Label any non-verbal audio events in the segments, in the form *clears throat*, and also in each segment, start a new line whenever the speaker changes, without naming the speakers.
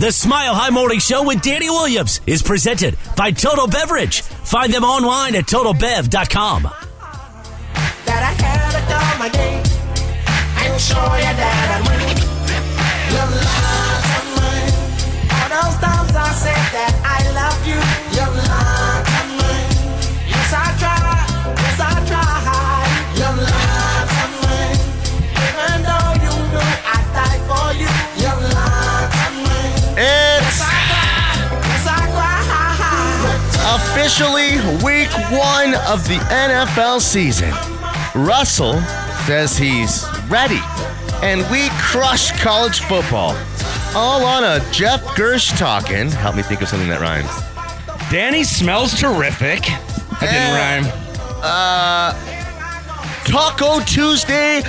The Smile High Morning Show with Danny Williams is presented by Total Beverage. Find them online at totalbev.com.
that I had a dog my day. I'm sure you that I knew your lies are mine. All those times I said that I love you, your lies are mine. Yes, I try, yes, I try. Your lies are mine. Even though you knew I died for you, your lies are mine.
It's
I cry, yes, I cry.
officially week one of the NFL season. Russell says he's ready, and we crush college football. All on a Jeff Gersh talking. Help me think of something that rhymes.
Danny smells terrific. That didn't rhyme.
Taco Tuesday edition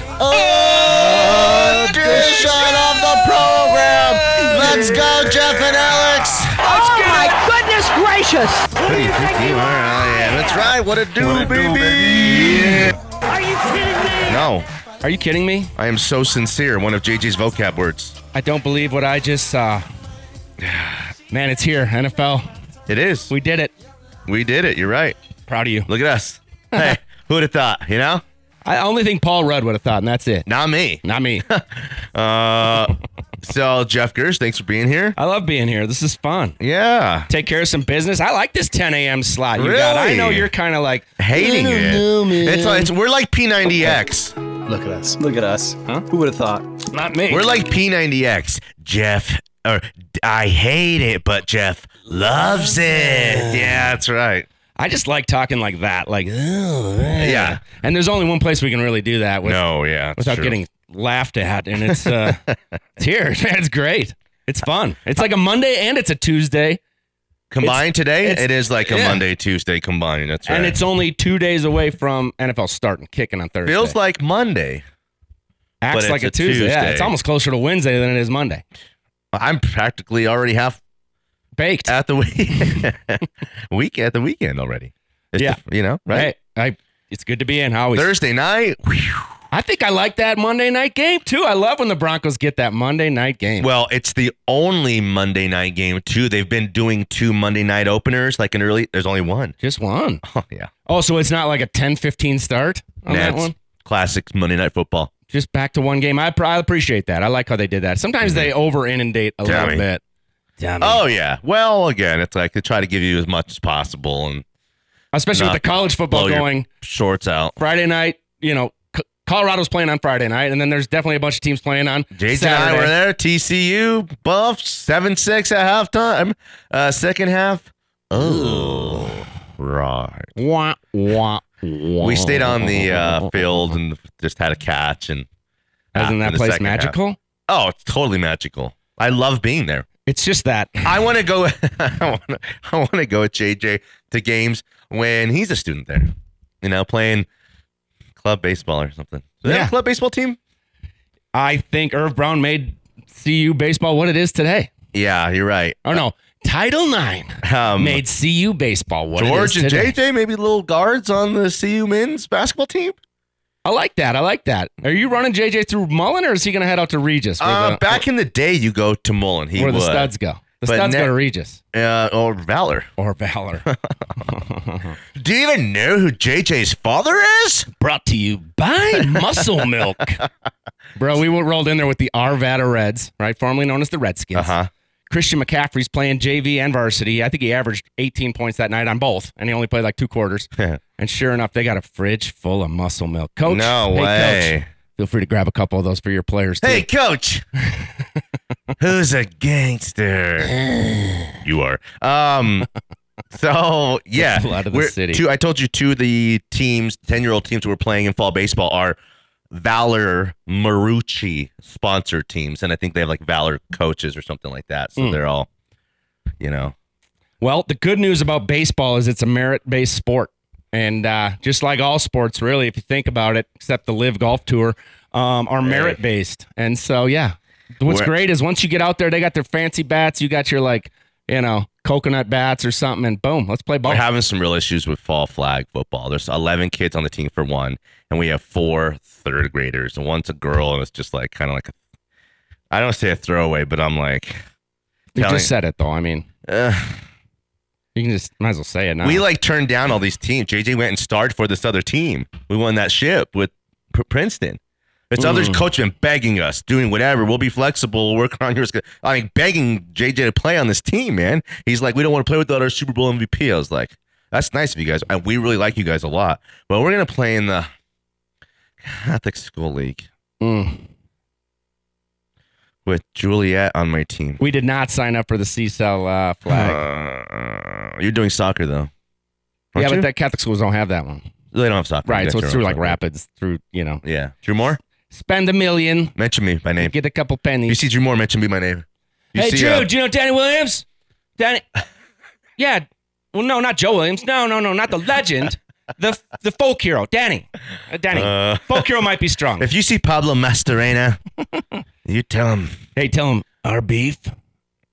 of the program. Let's go, Jeff and Alex.
Oh my goodness gracious!
What do you think you are? Oh, yeah, that's right. What a do, baby.
Are you kidding me?
No,
Are you kidding me?
I am so sincere. One of JJ's vocab words.
I don't believe what I just saw. Man, it's here, NFL.
It is.
We did it.
We did it. You're right.
Proud of you.
Look at
*laughs*
us. Hey, who'd have thought? You know,
I only think Paul Rudd would have thought, and that's it.
not me.
Not me.
*laughs* Uh, so Jeff Gersh, thanks for being here.
I love being here. This is fun.
Yeah,
Take care of some business. I like this 10 a.m. slot you got. I
Really?
know you're kind of like
hating
I don't
it.
know, man.
It's, it's we're like P90X.
Look at us. Look at us. Huh? Who would have thought?
not me.
We're like P90X. Jeff, or I hate it, but Jeff loves it. Yeah, that's right.
I just like talking like that. Like, "Oh, man."
Yeah.
And there's only one place we can really do that with,
No, yeah, that's
without
true.
getting laughed at, and it's uh, it's here. *laughs* It's great. It's fun. It's like a Monday and it's a Tuesday.
combined today.
it's-
it is like a
yeah.
Monday, Tuesday combined. That's right.
And it's only two days away from NFL starting, kicking on Thursday.
feels like Monday.
acts
but
like a,
it's a
Tuesday. Yeah,
Tuesday.
it's almost closer to Wednesday than it is Monday.
I'm practically already half
Baked.
at the week, *laughs* week at the weekend already. It's
Yeah.
the- you know, right?
Hey, I, it's good to be in. How always.
Thursday night. whew.
I think I like that Monday night game too. I love when the Broncos get that Monday night game.
Well, it's the only Monday night game too. They've been doing two Monday night openers, like an early. There's only one.
Just one.
*laughs* Oh yeah,
Oh, so it's not like a 10-15 start on that
That's
one.
classic Monday night football.
Just back to one game. I, pr- I appreciate that. I like how they did that. Sometimes they over inundate a
Mm-hmm. Tommy.
little bit. Tommy.
Oh yeah. Well, again, it's like they try to give you as much as possible and
especially
not
with the college football
blow your
going.
shorts out.
Friday night, you know, C- Colorado's playing on Friday night, and then there's definitely a bunch of teams playing on
Jason
Saturday.
and I were there. TCU Buffs seven six at halftime. Uh, second half. Oh, right.
Wah, wah, wah.
We stayed on the uh, field and just had a catch and.
Isn't
in
that
the
place
second half.
magical?
Oh, it's totally magical. I love being there.
It's just that.
I want to go. *laughs* I want to. I want to go with JJ to games when he's a student there. You know, playing club baseball or something. Do they have
Yeah.
a club baseball team?
I think Irv Brown made CU baseball what it is today.
Yeah, you're right.
Or no, Title IX
Um,
made CU baseball what
George and
it is today.
JJ, maybe little guards on the CU men's basketball team.
I like that. I like that. Are you running JJ through Mullen, or is he going to head out to Regis? Where
Uh,
the,
back in the day, you go to Mullen. He
where
would,
the studs go. The
But
studs
ne-
go to Regis
uh, or Valor. *laughs*
or Valor.
Do you even know who JJ's father is?
brought to you by
*laughs*
Muscle Milk. Bro, we were rolled in there with the Arvada Reds, right? Formerly known as the Redskins.
Uh huh.
Christian McCaffrey's playing JV and varsity. I think he averaged 18 points that night on both, and he only played like
*laughs*
two quarters. and sure enough, they got a fridge full of muscle milk. Coach,
No
hey,
way.
Coach, feel free to grab a couple of those for your players too.
Hey,
*laughs*
coach. Who's a gangster?
*sighs*
you are. Um. So
*laughs*
yeah,
Blood of the
we're-
city.
Two, I told you two of the teams, ten-year-old teams who are playing in fall baseball are Valor Marucci sponsored teams, and I think they have like Valor coaches or something like that.
Hmm.
So they're all, you know,
Well, the good news about baseball is it's a merit based sport. And uh, just like all sports, really, if you think about it, except the Live Golf Tour, um, are merit based. And so, yeah. What's
Where-
great is once you get out there, they got their fancy bats. You got your, like, you know, coconut bats or something, and boom, let's play ball.
we're having some real issues with fall flag football. There's 11 kids on the team for one, and we have four third graders, and one's a girl, and it's just like eh. kind of like a, I don't say a throwaway, but I'm like,
You
Telling-
just said it though. I mean,
Ugh.
you can just might as well say it now.
We like turned down all these teams. JJ went and starred for this other team. We won that ship with P- Princeton. It's other
Mm.
coach been begging us, doing whatever. We'll be flexible. We'll work on yours. I mean, begging JJ to play on this team, man. He's like, we don't want to play without our Super Bowl MVP. I was like, that's nice of you guys. And we really like you guys a lot. But we're gonna play in the Catholic School League
Mm.
with Juliet on my team.
we did not sign up for the CSL uh, flag.
Uh, you're doing soccer though.
yeah,
aren't
but
you?
that Catholic schools don't have that one.
they don't have soccer.
Right.
That's
so it's
your
through
own
like
soccer.
rapids, through you know,
Yeah, Drew Moore.
spend a million,
Mention me by name.
get a couple
You
pennies.
see Drew Moore mention me by name. You
hey,
see,
Drew,
uh,
do you know Danny Williams?
*laughs*
Danny, yeah. Well, no, not Joe Williams. No, no, no, not
*laughs*
the legend. The the folk hero, Danny. Uh, Danny,
Uh.
folk hero might be strong.
if you see Pablo Mastorena, you tell him
hey, tell him our beef.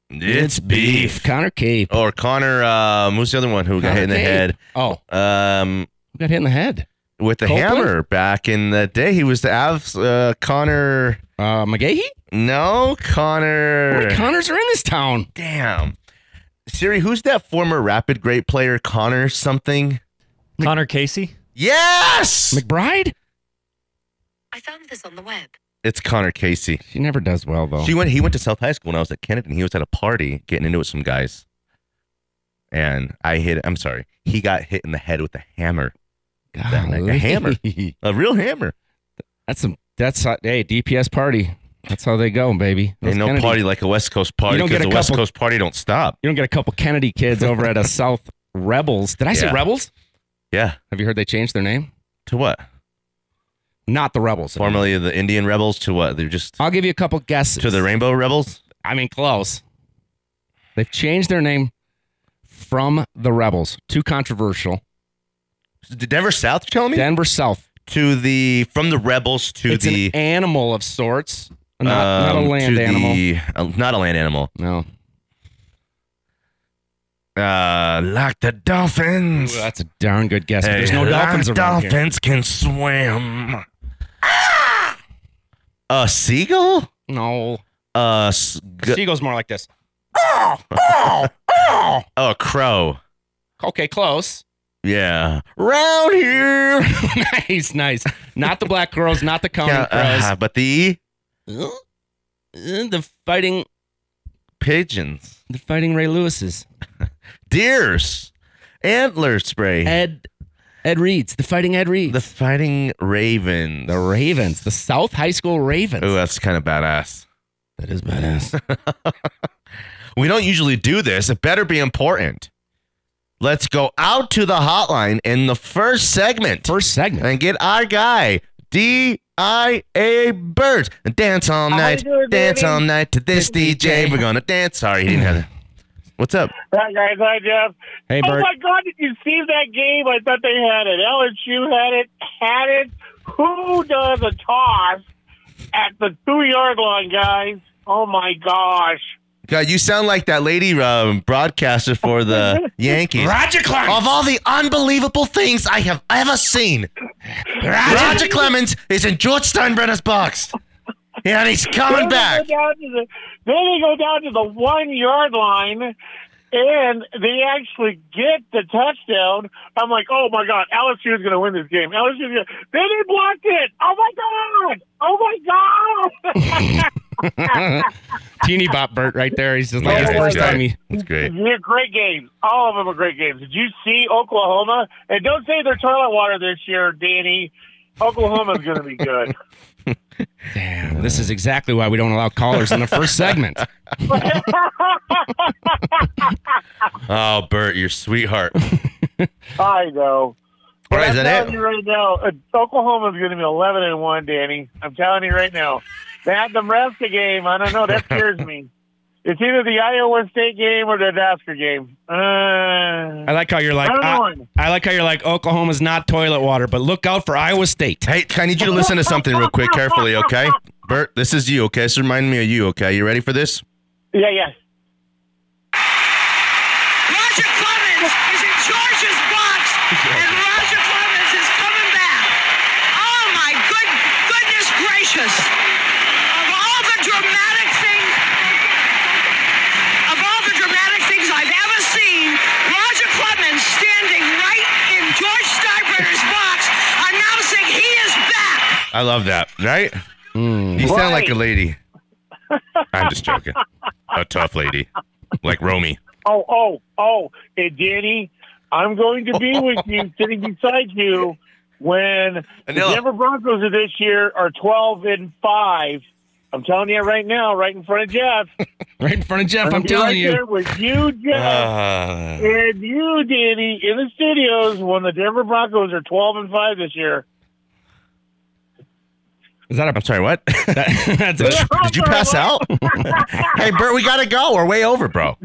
it's beef.
Connor Cape.
Or Connor, um, who's the other one who got hit in the head
Oh,
um,
who got hit in the head?
with the
Copeland?
hammer back in the day? He was the Avs. Uh, Connor,
Uh, McGahee.
no,
How many
Connor.
Connors are in this town?
Damn. Siri, who's that former Rapid great player, Connor something?
Connor Casey.
Yes,
McBride.
I found this on the web.
it's Connor Casey.
She never does well though.
She went. He went to South High School when I was at Kennedy. And he was at a party getting into it with some guys, and I hit. I'm sorry. He got hit in the head with a hammer, that like a hammer.
Golly.
a real hammer.
*laughs* That's a that's a, hey DPS party. That's how they go, baby. Those
Ain't no
Kennedy-
party like a West Coast
You
party
don't get
because the
a
West
couple-
Coast party don't stop.
You don't get a couple Kennedy kids over
*laughs*
at a South Rebels. Did I say
Yeah.
Rebels?
Yeah.
Have you heard they changed their name?
To what?
Not the Rebels.
Formerly the Indian Rebels to what? They're just
I'll give you a couple guesses.
to the Rainbow Rebels.
I mean, close. They've changed their name from the Rebels. Too controversial.
To Denver South. You're telling me
Denver South.
to the from the Rebels to
It's
the
an animal of sorts. Not, not
um,
a land
to
animal.
the- uh, not a land animal.
no.
Uh, like the
Ooh,
dolphins.
that's a darn good guess. but
Hey,
There's no
live
dolphins around here.
Dolphins can swim. Ah! A seagull?
No.
A s- g-
Seagull's more like this.
oh, *laughs* a crow.
Okay, close.
Yeah. Round here.
*laughs* nice, nice. Not the black girls, not the common
Yeah, uh, but the
crows. Uh, the fighting,
pigeons,
the fighting Ray Lewis's.
deers, antler spray,
Ed, Ed Reed's. The fighting Ed Reed's.
the fighting raven,
the Ravens. The South High School Ravens.
Oh, that's kind of badass.
that is badass.
We don't usually do this. It better be important. Let's go out to the hotline in the first segment.
First segment.
and get our guy D I A Birds and dance all night,
doing,
dance
baby?
all night to this DJ. We're gonna dance. Sorry, he didn't have it. What's up?
Hi, guys. Hi, Jeff.
*laughs* Hey,
Oh,
Bert.
my God. Did you see that game? I thought they had it. LSU had it. Had it. Who does a toss at the two-yard line, guys? Oh, my gosh.
God, you sound like that lady um, broadcaster for
*laughs*
the Yankees.
Roger Clark.
Of all the unbelievable things I have ever seen, Roger Clemens is in George Steinbrenner's box, and he's coming back.
They go down to the, then they go down to the one yard line, and they actually get the touchdown. I'm like, oh my god, LSU is going to win this game. LSU. Is gonna, then they blocked it. Oh my god. Oh my god. *laughs*
Teeny bop Bert right there. He's just like,
Yeah,
it's the
that's
first
great.
time he.
That's great.
They're great games. All of them are great games. Did you see Oklahoma? And don't say they're toilet water this year, Danny. Oklahoma's going to be good.
Damn, this is exactly why we don't allow callers in the *laughs* first segment.
Oh, Bert, your sweetheart.
*laughs* I know.
All right,
I'm
is that
telling you
it?
right now, uh, Oklahoma's going to be 11 and one, Danny. I'm telling you right now. That Nebraska game, I don't know. That scares me. It's either the Iowa State game or the Nebraska game. Uh,
I like how you're like,
Another
I,
one.
I like how you're like, Oklahoma's not toilet water, but look out for Iowa State. *laughs*
Hey, I need you to listen to something real quick, carefully, okay? Bert, this is you, okay? This reminds me of you, okay? You ready for this?
yeah, yeah.
Roger Clemens is in George's box, and Roger Clemens is coming back. Oh my good goodness gracious! Of all the dramatic things, of
I love that, right? You sound like a
Right.
lady. I'm just joking. A tough lady, like Romy.
Oh, oh, oh, hey, Danny, I'm going to be with you, sitting beside you, when the
Vanilla.
Denver Broncos of this year are 12 and 5. I'm telling you right now, right in front of Jeff.
Right in front of Jeff, I'm
Be
telling
right
you.
There with you, Jeff,
Uh,
and you, Danny, in the studios when the Denver Broncos are 12 and 5 this year.
Is that
I'm sorry, what? Did
*laughs* that's a,
you pass out? *laughs* hey, Bert, we gotta go. We're way over, bro. All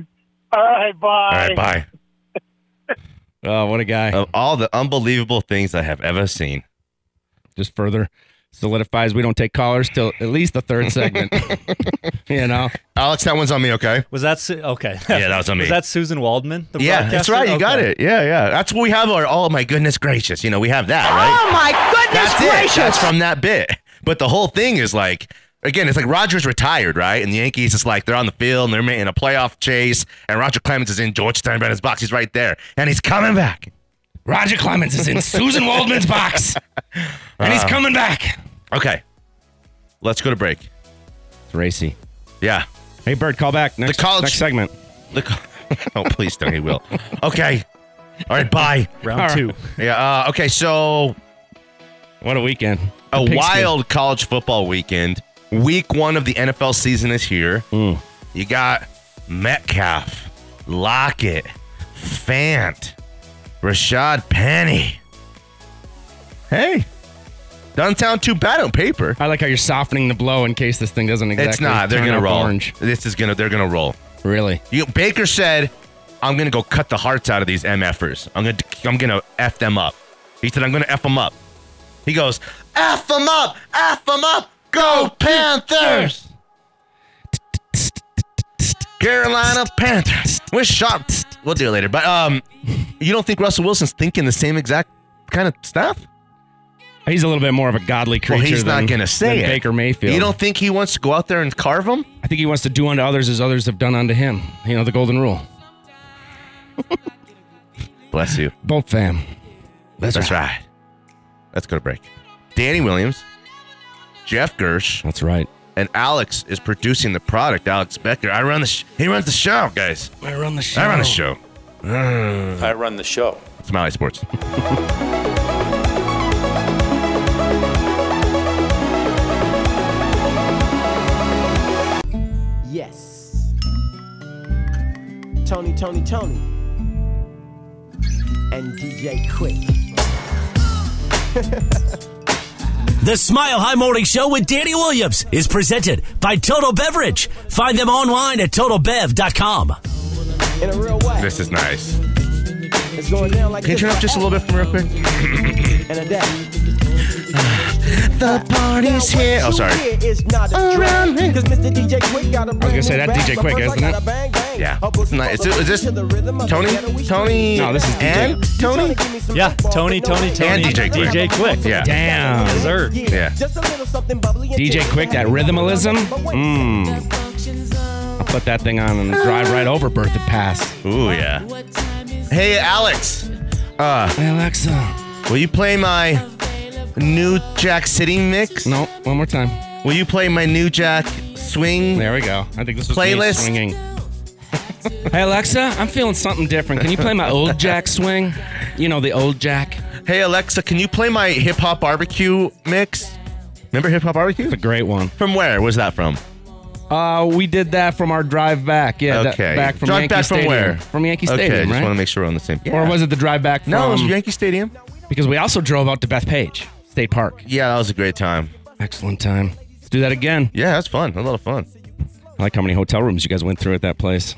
All right, bye.
right, bye.
oh, what a guy.
Of all the unbelievable things I have ever seen,
Just further solidifies we don't take callers till at least the third *laughs* segment. you know,
Alex, that one's on me, okay?
Was that Su- okay?
Yeah, that was on me.
Was that Susan Waldman? The
yeah, that's
broadcaster?
right. You got
Okay.
it. Yeah, yeah. That's what we have. Our oh my goodness gracious, you know we have that, right?
Oh my goodness
That's
gracious!
it. That's from that bit. But the whole thing is like, again, it's like Rogers retired, right? And the Yankees, it's like they're on the field and they're making a playoff chase. And Roger Clemens is in George Steinbrenner's box. He's right there, and he's coming back.
Roger Clemens is in Susan Waldman's box, and he's coming back.
Okay, let's go to break.
It's racy.
Yeah.
Hey, Bird, call back next,
college-
next segment.
Look. *laughs* oh, please don't. He will. Okay. All right. Bye.
Round two.
Yeah. Uh, okay. So
What a weekend!
a
Pigskin.
wild college football weekend. Week one of the NFL season is here.
Mm.
You got Metcalf, Lockett, Fant, Rashad Penny. Hey, doesn't sound too bad on paper.
I like how you're softening the blow in case this thing doesn't exactly.
it's not. They're
turn
gonna
up
roll.
Orange,
This is gonna. They're gonna roll.
really.
You, Baker said, "I'm gonna go cut the hearts out of these mfers. I'm gonna, I'm gonna f them up." He said, "I'm gonna f them up." He goes, "F them up, f them up, go Panthers!" Carolina Panthers. We're sharp. We'll do it later. But um, you don't think Russell Wilson's thinking the same exact kind of stuff?
He's a little bit more of a godly creature.
Well, he's not
than-
gonna say
than
it.
Baker Mayfield.
You don't think he wants to go out there and carve them?
I think he wants to do unto others as others have done unto him. You know the golden rule.
Bless you.
Both fam.
That's, right. Let's go to break. Danny Williams, Jeff Gersh,
That's right.
and Alex is producing the product. Alex Becker. I run the. Sh- he runs the show, guys.
I run the show.
I run the show.
I run the show.
Smiley Sports. *laughs*
Yes. Tony, Tony, Tony. And DJ Quick.
The Smile High Morning Show with Danny Williams is presented by Total Beverage. Find them online at totalbev.com.
In a real way.
This is nice.
It's going down like
Can you
this
turn up just a little bit for me real quick?
and a day.
The party's here. Oh, sorry. Around me.
I was
gonna say, that DJ Quick, isn't it?
Yeah. It's nice. Is it- is this Tony? Tony?
No, this is DJ.
and Tony.
Yeah, Tony, Tony, Tony,
And DJ Quick.
DJ Quick.
Yeah.
Damn.
Dessert.
Yeah.
DJ Quick, that rhythmalism.
Mm.
Mmm. I'll put that thing on and drive right over Bertha Pass.
Ooh yeah. Hey Alex. Uh,
Hey, Alexa.
will you play my new Jack City mix?
No, one more time.
Will you play my new Jack swing?
There we go. I think this was
Playlist.
Me swinging. *laughs* hey Alexa, I'm feeling something different. Can you play my old Jack swing? You know the old Jack.
Hey Alexa, can you play my hip hop barbecue mix? Remember hip hop barbecue?
It's a great one.
From where was that from?
Uh, we did that from our drive back. Yeah, that-
Okay.
back from
Drive
Yankee
back from
Stadium.
where?
From Yankee
okay, I
Stadium,
just
right?
want to make sure we're on the same.
Or was it the drive back? From,
No, it was Yankee Stadium.
because we also drove out to Bethpage State Park.
Yeah, that was a great time.
Excellent time. Let's do that again.
Yeah, that's fun. A lot of fun.
I like how many hotel rooms you guys went through at that place.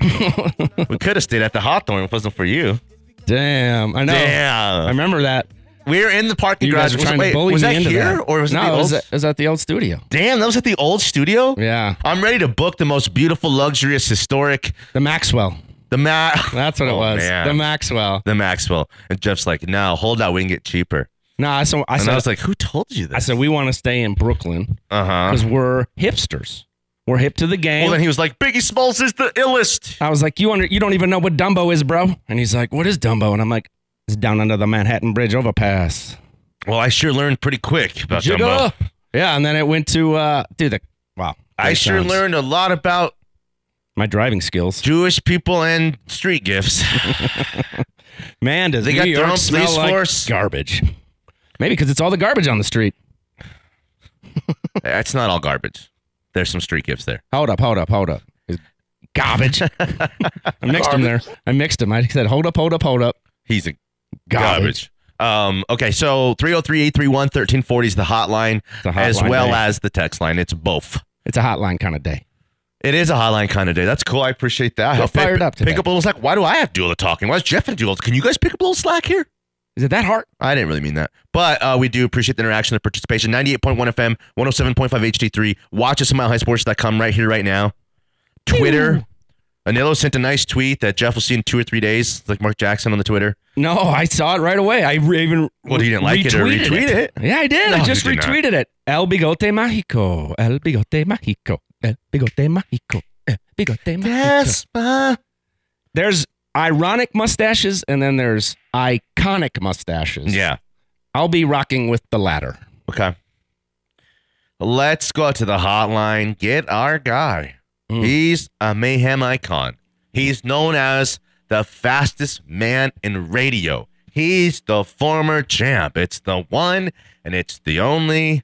we could have stayed at the Hawthorne if it wasn't for you.
Damn, I know. I
Damn.
remember that.
We were in the parking
You
garage.
guys were
Was,
trying
wait,
to bully
was
me
that
into
here
that.
or was it
no,
the
it
old?
was, at, it was at the old studio.
Damn, that was at the old studio.
Yeah,
I'm ready to book the most beautiful, luxurious, historic.
the Maxwell.
The Mac.
That's what it was.
Oh, man.
The Maxwell.
*laughs* the Maxwell. And Jeff's like, no, hold out. We can get cheaper.
No, I said, I
And I
said,
was like, who told you this?
I said we want to stay in Brooklyn
uh huh.
because we're hipsters. We're hip to the game.
Well, then he was like, Biggie Smalls is the illest.
I was like, you under, you don't even know what Dumbo is, bro. And he's like, what is Dumbo? And I'm like, it's down under the Manhattan Bridge overpass.
Well, I sure learned pretty quick about
Judo.
Dumbo.
Yeah, and then it went to uh, dude. The, wow,
I
that
sure
sounds-
learned a lot about
my driving skills.
Jewish people and street gifts. *laughs*
Man, does
They
New
got their
York
own
smell
police
like
force.
garbage? Maybe because it's all the garbage on the street.
That's not all garbage. There's some street gifts there.
Hold up, hold up, hold up. It's garbage. I mixed them there. I mixed them. I said, hold up, hold up, hold up.
He's a
Garbage.
garbage. Um, okay, so 303-831-1340 is the hotline,
The hotline,
as well
eh?
as the text line. It's both.
It's a hotline kind of day.
It is a hotline kind of day. That's cool. I appreciate that.
We're
Hey,
fired up today.
Pick up a little slack. Why do I have to do all the talking? Why does Jeff have to do all the Can you guys pick up a little slack here?
Is it that hard?
I didn't really mean that. But uh, we do appreciate the interaction, the participation. 98.1 FM, 107.5 HD3. Watch us at milehighsports.com right here, right now. Twitter. Anilo sent a nice tweet that Jeff will see in two or three days, like Mark Jackson on the Twitter.
No, I saw it right away. I re- even
Well, he didn't like it or
retweeted
retweet it.
Yeah, I did.
No,
I
you
just
did not.
retweeted it. El bigote mágico. El bigote mágico. El bigote mágico. El bigote mágico.
Despa-
There's ironic mustaches and then there's iconic mustaches.
Yeah.
I'll be rocking with the latter.
Okay. Let's go to the hotline. Get our guy.
Mm.
He's a mayhem icon. He's known as the fastest man in radio. He's the former champ. It's the one and it's the only.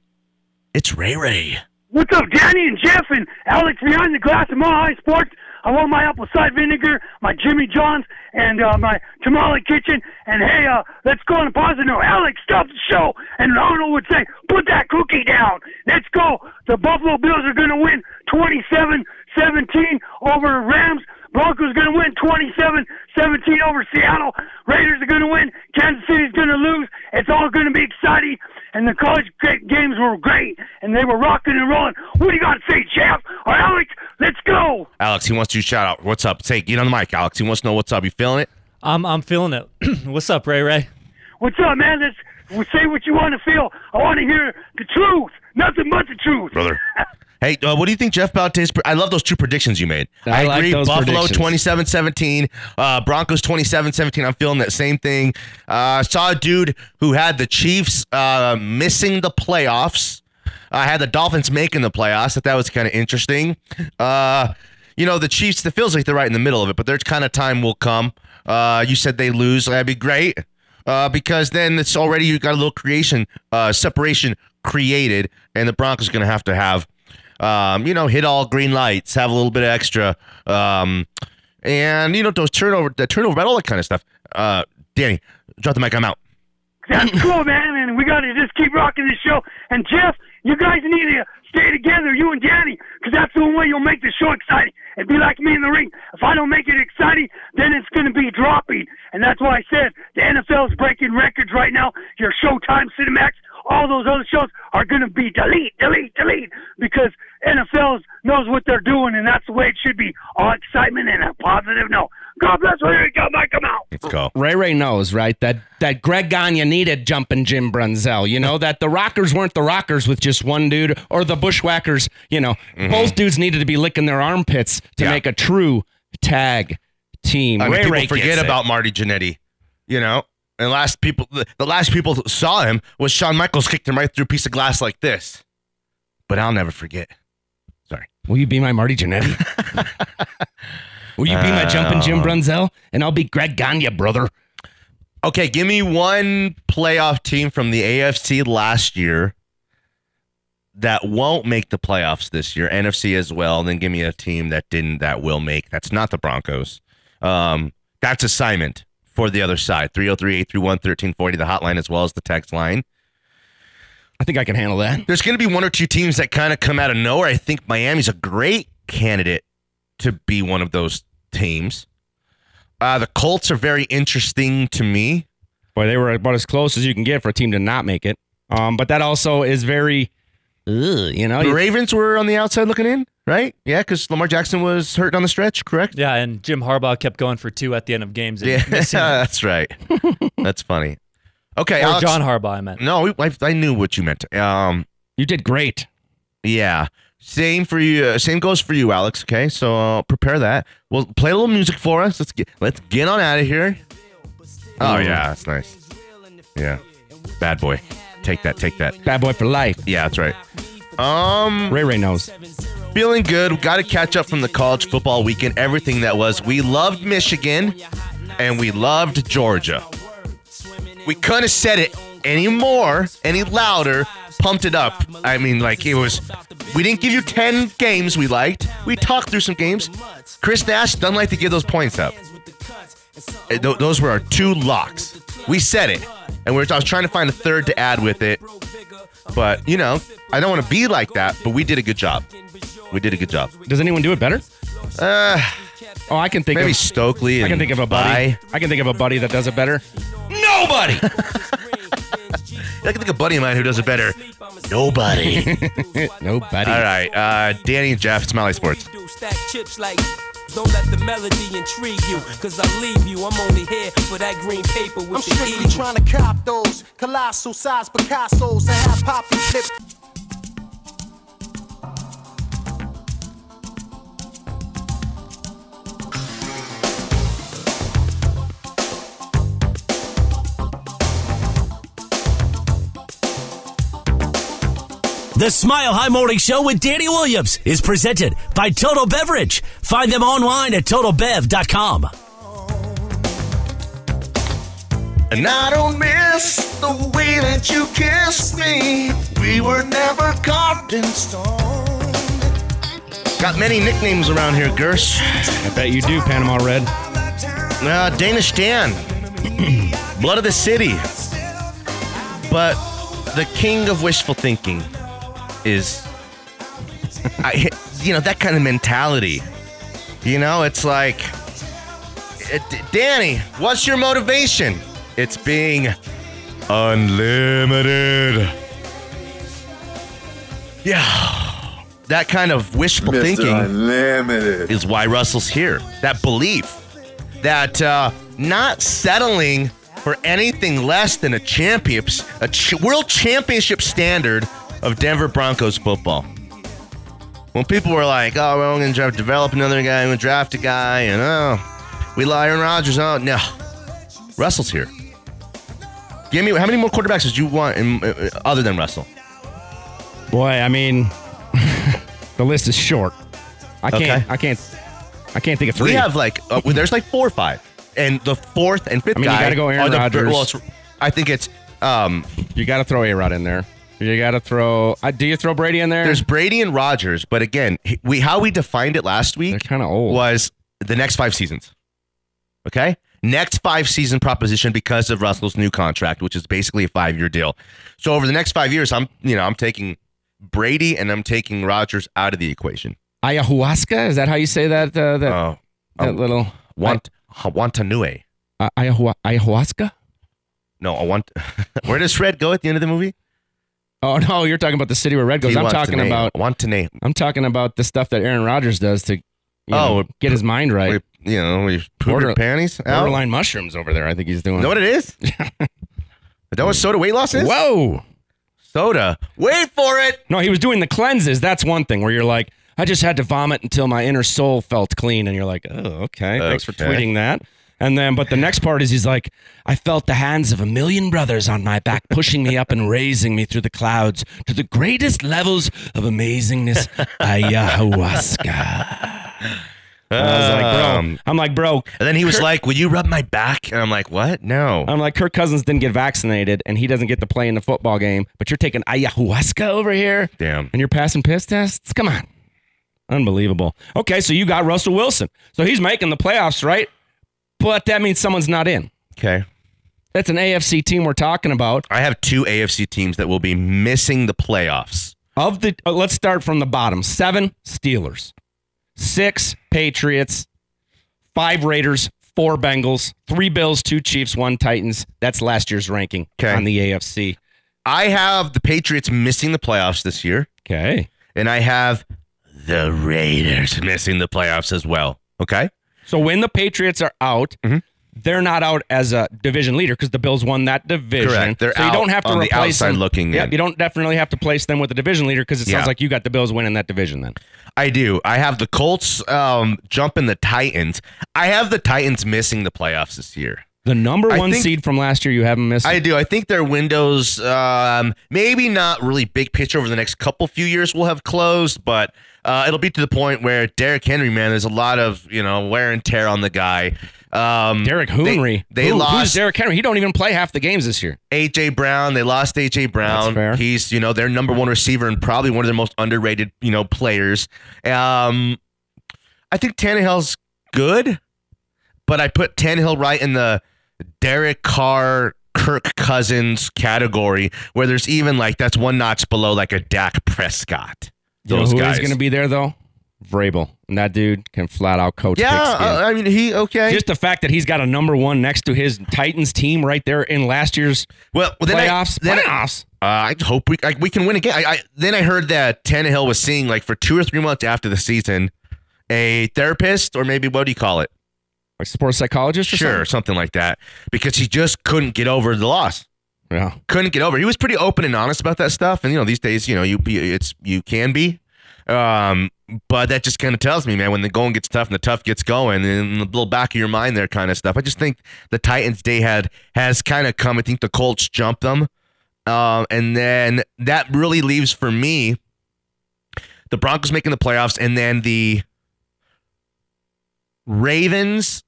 It's Ray Ray.
What's up, Johnny and Jeff and Alex behind the glass of Mile High Sports? I want my apple cider vinegar, my Jimmy John's, and uh, my tamale kitchen. And hey, uh, let's go on a positive note. Alex, stop the show. And Arnold would say, put that cookie down. Let's go. The Buffalo Bills are going to win 27 17 over Rams. Broncos going to win 27 17 over Seattle. Raiders are going to win. Kansas City's going to lose. It's all going to be exciting. And the college g- games were great. And they were rocking and rolling. What do you got to say, Jeff or Alex? Let's go.
Alex, he wants to shout out. What's up? Say, get on the mic, Alex. He wants to know what's up. You feeling it?
I'm I'm feeling
*clears throat*
it. What's up, Ray Ray?
What's up, man? Let's well, say what you want to feel. I want to hear the truth. Nothing but the truth.
Brother. Hey, uh, what do you think, Jeff, about his? I love those two predictions you made.
I like
agree.
those
Buffalo
predictions.
27 17, uh, Broncos 27 17. I'm feeling that same thing. Uh, saw a dude who had the Chiefs uh, missing the playoffs. I had the Dolphins making the playoffs. That that was kind of interesting. Uh, you know, the Chiefs, it feels like they're right in the middle of it, but their kind of time will come. Uh, you said they lose. That'd be great. Uh, because then it's already you got a little creation uh, separation created, and the Broncos going to have to have, um, you know, hit all green lights, have a little bit of extra, um, and you know those turnover, the turnover, all that kind of stuff. Uh, Danny, drop the mic. I'm out.
That's cool, man, and we got to just keep rocking this show. And Jeff, you guys need to stay together, you and Danny, 'cause that's the only way you'll make the show exciting. And be like me in the ring. If I don't make it exciting, then it's going to be dropping. And that's why I said the NFL's breaking records right now. Your Showtime, Cinemax, all those other shows are going to be delete, delete, delete, because NFL's knows what they're doing, and that's the way it should be. All excitement and a positive note. God bless. Here we go, Mike. I'm out.
Let's go.
Ray Ray knows, right? That that Greg Gagne needed jumping Jim Brunzel. You know that the Rockers weren't the Rockers with just one dude, or the Bushwhackers. You know, both dudes needed to be licking their armpits to
Mm-hmm. Yeah.
make a true tag team.
I mean,
Ray
people
Ray
forget
gets it.
about Marty Jannetty, you know. And last people, the, the last people that saw him was Shawn Michaels kicked him right through a piece of glass like this. But I'll never forget.
Will you be my Marty Jannetty? *laughs* Will you be my jumping Jim Brunzel? And I'll be Greg Gagne, brother.
Okay, give me one playoff team from the AFC last year that won't make the playoffs this year, NFC as well. And then give me a team that didn't that will make. That's not the Broncos. Um, that's assignment for the other side. 303-831-1340, the hotline as well as the text line.
I think I can handle that.
There's going to be one or two teams that kind of come out of nowhere. I think Miami's a great candidate to be one of those teams. Uh, the Colts are very interesting to me.
Boy, they were about as close as you can get for a team to not make it. Um, but that also is very, ugh, you
Oh,
know,
The
you-
Ravens were on the outside looking in, right? Yeah, because Lamar Jackson was hurt on the stretch, correct?
Yeah, and Jim Harbaugh kept going for two at the end of games. And missing-
*laughs*
*laughs*
that's right. that's funny. Okay,
or
Alex-
John Harbaugh, I meant.
No, I, I knew what you meant. Um,
you did great.
yeah, same for you. uh, Same goes for you, Alex. Okay, so uh, prepare that. We'll play a little music for us. Let's get let's get on out of here. Oh yeah, that's nice. Yeah, bad boy. Take that, take that.
Bad boy for life.
Yeah, that's right. Um,
Ray Ray knows.
feeling good. Got to catch up from the college football weekend. Everything that was. We loved Michigan, and we loved Georgia. We couldn't have said it any more, any louder. Pumped it up. I mean, like it was. We didn't give you ten games we liked. We talked through some games. Chris Nash doesn't like to give those points up. Uh, tho- those were our two locks. We said it, and we were, I was trying to find a third to add with it. But you know, I don't want to be like that. But we did a good job. We did a good job.
Does anyone do it better?
Uh,
Oh, I can think
maybe
of
Stokely. And
I can think of a buddy.
Vi.
I can think of a buddy that does it better.
*laughs*
Nobody.
I can think of a buddy of mine who does it better. *laughs* Nobody.
Nobody.
All right, uh, Danny and Jeff, Smiley Sports.
do stack chips like don't let the melody intrigue you cause i leave you i'm only here for that green paper with
I'm
the
strictly trying to cop those colossal size Picasso's and have poppy flip.
The Smile High Morning Show with Danny Williams is presented by Total Beverage. Find them online at totalbev.com.
And I don't miss the way that you kissed me. We were never caught in storm. Got many nicknames around here, Gersh.
I bet you do, Panama Red.
Uh, Danish Dan, *clears throat* Blood of the City. But the king of wishful thinking is, I, *laughs* you know, that kind of mentality. You know, it's like, uh, D- Danny, what's your motivation? It's being unlimited. Yeah. That kind of wishful thinking
Unlimited.
is why Russell's here. That belief that uh, not settling for anything less than a champions, a ch- world championship standard of Denver Broncos football. When people were like, "Oh, we're going to draft, develop another guy, we're going to draft a guy," and oh, we lie Aaron Rodgers. Oh no, Russell's here. Give me how many more quarterbacks would you want in, uh, uh, other than Russell?
Boy, I mean, *laughs* the list is short. I can't.
Okay.
I can't. I can't think of three.
We have like uh, well, there's like four or five, and the fourth and fifth
I mean, you
guy
gotta go Aaron
are the-
Rodgers.
well, it's- I think it's um,
you got to throw A Rod in there. You got to throw. I do you throw Brady in there?
there's Brady and Rodgers, but again, he- we how we defined it last week.
They're kinda old.
Was the next five seasons? Okay, next five season proposition because of Russell's new contract, which is basically a five year deal. So over the next five years, I'm you know I'm taking Brady and I'm taking Rodgers out of the equation.
ayahuasca. Is that how you say that? Uh, that
Oh,
that
um,
little
want Wantanue?
uh, ayahua- ayahuasca.
No, I want. *laughs* Where does Fred go at the end of the movie?
Oh no, you're talking about the city where red goes. I'm talking about.
Wantanue.
I'm talking about the stuff that Aaron Rodgers does to. You
Oh,
know, get his mind right.
We, you know, we poop
Border-
your panties out.
Borderline mushrooms over there. I think he's doing.
Know what it
*laughs*
is? is that what soda weight loss is?
Whoa.
Soda. Wait for it.
No, he was doing the cleanses. That's one thing where you're like, I just had to vomit until my inner soul felt clean. And you're like, oh, okay. Thanks for
Okay.
tweeting that. And then, but the next part is he's like, I felt the hands of a million brothers on my back, pushing me up and raising me through the clouds to the greatest levels of amazingness. Ayahuasca. I was like, bro.
Um,
I'm like, bro.
And then he
*laughs*
was like, "Will you rub my back?" And I'm like, "What? No."
I'm like, Kirk Cousins didn't get vaccinated and he doesn't get to play in the football game, but you're taking ayahuasca over here?
Damn.
and you're passing piss tests? Come on. Unbelievable. Okay, so you got Russell Wilson. So he's making the playoffs, right? But that means someone's not in.
Okay.
That's an AFC team we're talking about.
I have two AFC teams that will be missing the playoffs.
Of the uh, let's start from the bottom. 7 Steelers. 6 Patriots. 5 Raiders, 4 Bengals, 3 Bills, 2 Chiefs, 1 Titans. That's last year's ranking
Okay.
on the AFC.
I have the Patriots missing the playoffs this year,
Okay.
and I have the Raiders missing the playoffs as well. Okay.
So when the Patriots are out,
Mhm.
they're not out as a division leader because the Bills won that division.
Correct. They're
so you don't
out
have to
on the
replace
outside
them.
looking
Yeah,
in.
you don't definitely have to place them with a division leader because it sounds
Yeah.
like you got the Bills winning that division then.
I do. I have the Colts um, jumping the Titans. I have the Titans missing the playoffs this year.
The number
I
one
think-
seed from last year, you haven't missed.
I
it.
do. I think their windows, um, maybe not really big picture over the next couple few years, will have closed, but uh, it'll be to the point where Derrick Henry, man, there's a lot of you know wear and tear on the guy. Um,
Derek Henry.
They, they
Who- Who's
lost
Derek Henry? He don't even play half the games this year.
AJ Brown. They lost AJ Brown.
That's fair.
He's you know their number one receiver and probably one of their most underrated you know players. Um, I think Tannehill's good, but I put Tannehill right in the Derek Carr, Kirk Cousins category, where there's even like that's one notch below like a Dak Prescott.
You know
Those
who is
guys.
going to be there though? Vrabel, and that dude can flat out coach.
yeah,
pigskin.
uh, I mean he okay.
Just the fact that he's got a number one next to his Titans team right there in last year's
well, then I-
playoffs.
then I-
playoffs.
Uh, I hope we I, we can win again. I, I then I heard that Tannehill was seeing like for two or three months after the season a therapist or maybe what do you call it?
A sports psychologist, or
Sure,
something?
something like that, because he just couldn't get over the loss.
Yeah,
Couldn't get over. it. He was pretty open and honest about that stuff, and you know these days, you know you you- it's you can be, um, but that just kind of tells me, man, when the going gets tough and the tough gets going, and in the little back of your mind there kind of stuff. I just think the Titans' day had has kind of come. I think the Colts jumped them. Um, and then that really leaves for me the Broncos making the playoffs, and then the Ravens,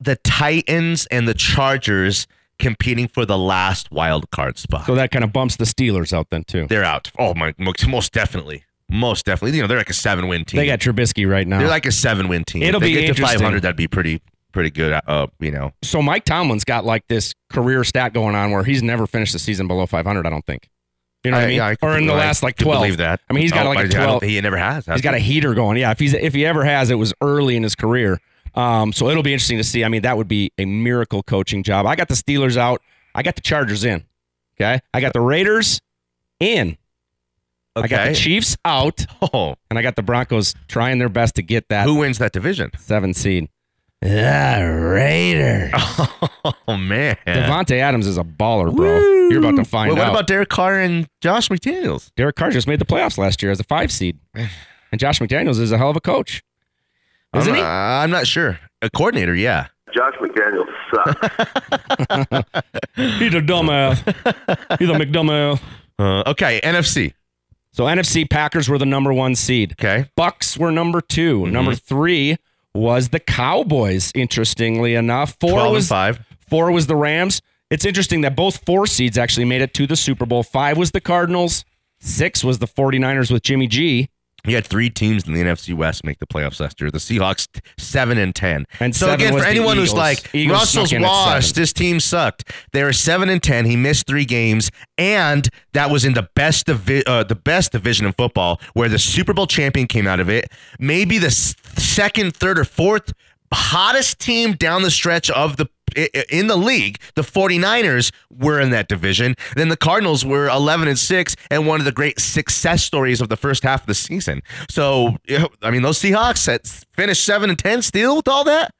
the Titans, and the Chargers competing for the last wild card spot.
so that kind of bumps the Steelers out then too.
They're out. Oh my, most most definitely, most definitely. You know, they're like a seven win team.
They got Trubisky right now.
They're like a seven win team.
It'll
if they
be
get to
interesting.
five hundred. That'd be pretty pretty good. Uh, you know,
so Mike Tomlin's got like this career stat going on where he's never finished the season below 500. I don't think. You know what I mean?
yeah,
or in the
I
last like
could
12.
Believe that.
I mean, he's got
No,
like
I-
a
I don't
12.
think He never has. has
He's got a
he?
heater going. Yeah, if he's if he ever has, it was early in his career. Um, so it'll be interesting to see. I mean, that would be a miracle coaching job. I got the Steelers out. I got the Chargers in. Okay, I got the Raiders in. I got
Okay.
the Chiefs out,
*laughs* Oh,
and I got the Broncos trying their best to get that
who wins that
*laughs*
division?
seven seed. The Raiders.
Oh man.
Devonte Adams is a baller, bro. You're about to find
Wait, what
out.
about Derek Carr and Josh McDaniels?
Derek Carr just made the playoffs last year as a five
*sighs*
seed, and Josh McDaniels is a hell of a coach, isn't
I'm,
he?
not- I'm not sure. A coordinator, yeah.
Josh McDaniels sucks.
He's a
*laughs*
dumbass. He's a McDumbass.
Uh, okay, NFC.
So NFC Packers were the number one seed.
Okay. Mm-hmm.
Bucks were number 2 Number three was the Cowboys. Interestingly enough, four
12
was
and 5.
four was the Rams. It's interesting that both four seeds actually made it to the Super Bowl. Five was the Cardinals. Six was the 49ers with Jimmy G.
You had three teams in the NFC West make the playoffs last year. The Seahawks t- seven and ten.
And
so
seven
again,
was
for
the
anyone who's
Eagles.
like
Eagles
Russell's
snuck in at
washed,
seven.
this team sucked. They were seven and ten. He missed three games, and that was in the best divi- uh, the best division in football, where the Super Bowl champion came out of it. Maybe the s- second, third, or fourth hottest team down the stretch of the i- i- in the league the 49ers were in that division then the cardinals were 11 and 6 and one of the great success stories of the first half of the season so you know, i mean those seahawks that s- finished 7 and 10 still with all that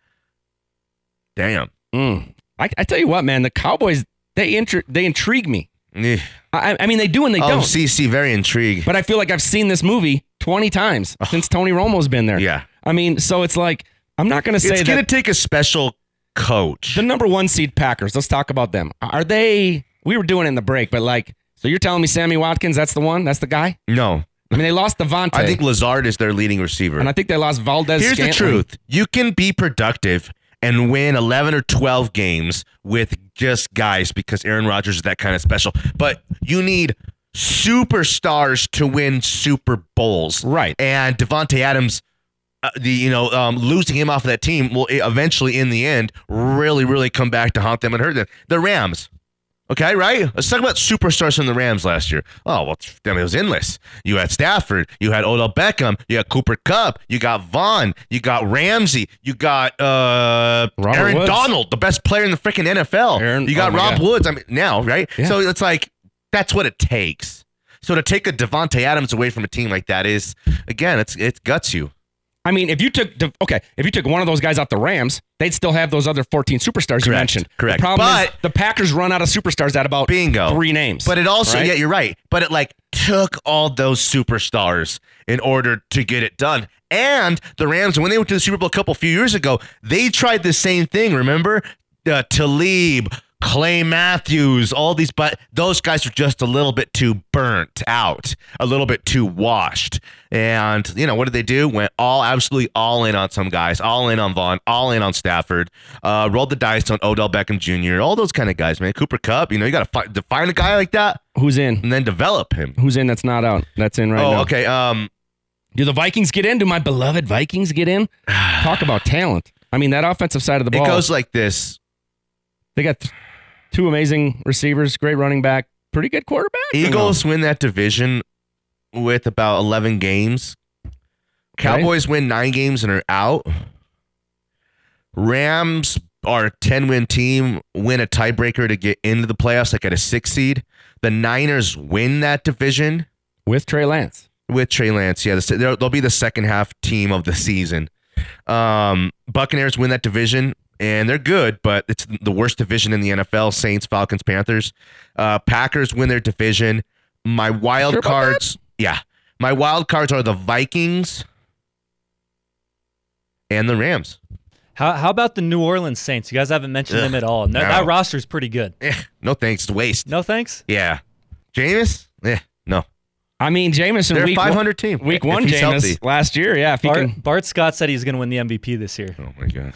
damn
Mm. I, I tell you what, man, the Cowboys they intri- they intrigue me.
Eh.
I, I mean, they do and they
oh
don't.
cc very intrigued
But I feel like I've seen this movie 20 times since Tony Romo's been there.
Yeah.
I mean, so it's like, I'm not going to say
it's
that
gonna take a special coach
the number one seed Packers, let's talk about them. Are they, we were doing it in the break, but like, so you're telling me Sammy Watkins, that's the one? That's the guy?
no
I mean, they lost Devontae.
i think lazard is their leading receiver
and I think they lost Valdez.
Here's the
Scantling.
truth. You can be productive and win 11 or 12 games with just guys because Aaron Rodgers is that kind of special. But you need superstars to win Super Bowls.
Right.
And Devontae Adams uh, the you know um, losing him off of that team will e, eventually in the end really really come back to haunt them and hurt them. The Rams. Okay, right? Let's talk about superstars from the Rams last year. Oh, well, I mean, it was endless. You had Stafford, you had Odell Beckham, you had Cooper Cup, you got Vaughn, you got Ramsey, you got uh,
Robert
Aaron
Woods.
Donald, the best player in the freaking NFL.
Aaron-
you got
oh my
Rob
God.
Woods, I mean, now, right?
Yeah.
So it's like, that's what it takes. So to take a Devontae Adams away from a team like that is, again, it's it guts you.
I mean, if you took De- okay, if you took one of those guys out the Rams, they'd still have those other 14 superstars you
Correct,
mentioned.
correct.
The problem is
But-
the Packers run out of superstars at about
Bingo.
three names.
But it also,
right?
yeah, you're right. But it like took all those superstars in order to get it done. And the Rams, when they went to the Super Bowl a couple few years ago, they tried the same thing. Remember, uh, Talib, Clay Matthews, all these, but those guys are just a little bit too burnt out, a little bit too washed. And, you know, what did they do? Went all, absolutely all in on some guys, all in on Vaughn, all in on Stafford, uh, rolled the dice on Odell Beckham Jr., all those kind of guys, man. Cooper Cup, you know, you got to fi- find a guy like that.
Who's in?
And then develop him.
Who's in that's not out? That's in right
oh,
now.
okay. Um,
Do the Vikings get in? Do my beloved Vikings
*sighs*
get in? Talk about talent. I mean, that offensive side of the ball.
It goes like
*clears throat*
this.
They got th- two amazing receivers, great running back, pretty good quarterback.
Eagles win that division with about 11 games. Cowboys win nine games and are out. Rams are a 10 win team, win a tiebreaker to get into the playoffs, like at a six seed. The Niners win that division
with Trey Lance.
With Trey Lance, yeah. the- They'll, they'll be the second half team of the season. Um, Buccaneers win that division, and they're good, but it's the worst division in the NFL Saints, Falcons, Panthers. Uh, Packers win their division. My wild
Sure about
cards, yeah. My wild cards are the Vikings and the Rams.
How, how about the New Orleans Saints? You guys haven't mentioned them
Ugh,
at all. And that,
no. Eh,
that roster's pretty good.
No thanks. It's waste.
*laughs* No thanks.
Yeah. Jameis? Yeah. No.
I mean, Jameson.
They're a
week
500 team,
one, Week
if
one,
he's
Jameis
healthy.
last year. Yeah, if he
Bart,
can.
Bart Scott said he's going to win the MVP this year.
Oh my god.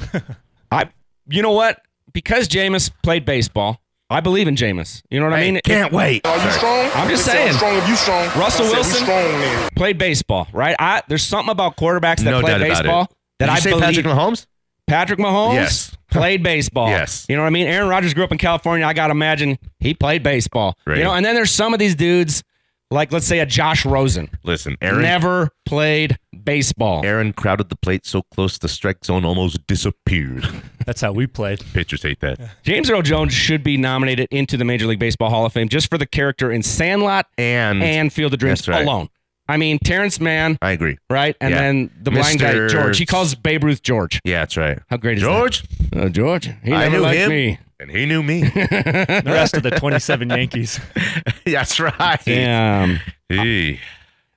I. You know what? Because Jameis played baseball, I believe in Jameis. You know what I mean?
Can't wait.
Are you strong?
I'm just
They say
saying.
I'm strong if you strong.
Russell
I said we
Wilson
strong then.
played baseball, right? I there's something about quarterbacks that
No
play
doubt about it.
baseball that
Did you
I
say
believe.
Patrick Mahomes?
Patrick Mahomes
Yes. *laughs*
played baseball.
Yes.
You know what I mean? Aaron Rodgers grew up in California. I got to imagine he played baseball.
Right.
You know, and then there's some of these dudes, like let's say a Josh Rosen,
Listen, Aaron
never played baseball.
Aaron crowded the plate so close the strike zone almost disappeared.
*laughs* That's how we played.
Pitchers hate that.
James Earl Jones should be nominated into the Major League Baseball Hall of Fame just for the character in Sandlot
And
and Field of Dreams
Mm-hmm. That's right.
alone. I mean, Terrence Mann,
I agree.
right? And
Yeah.
then the blind guy,
Mr.
George. He calls Babe Ruth George.
Yeah, that's right.
How great is
George?
that? Uh, George. He
I
never
knew
liked
him.
me.
And he knew *laughs* me.
The rest of the 27 Yankees.
*laughs* that's right.
Damn.
Hey.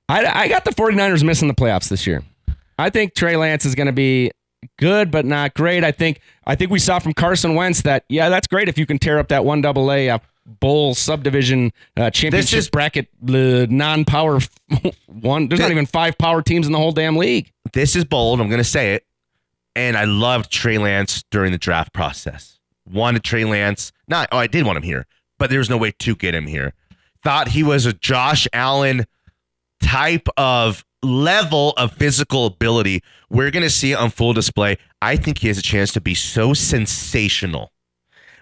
I, I got the 49ers missing the playoffs this year. I think Trey Lance is going to be good, but not great. I think I think we saw from Carson Wentz that yeah, that's great if you can tear up that one double A uh, bowl subdivision uh, championship
is-
bracket the non-power *laughs* one. There's not even five power teams in the whole damn league.
This is bold. I'm going to say it. And I loved Trey Lance during the draft process. Wanted Trey Lance. Not, oh, I did want him here, but there was no way to get him here. Thought he was a Josh Allen type of level of physical ability. We're going to see it on full display. I think he has a chance to be so sensational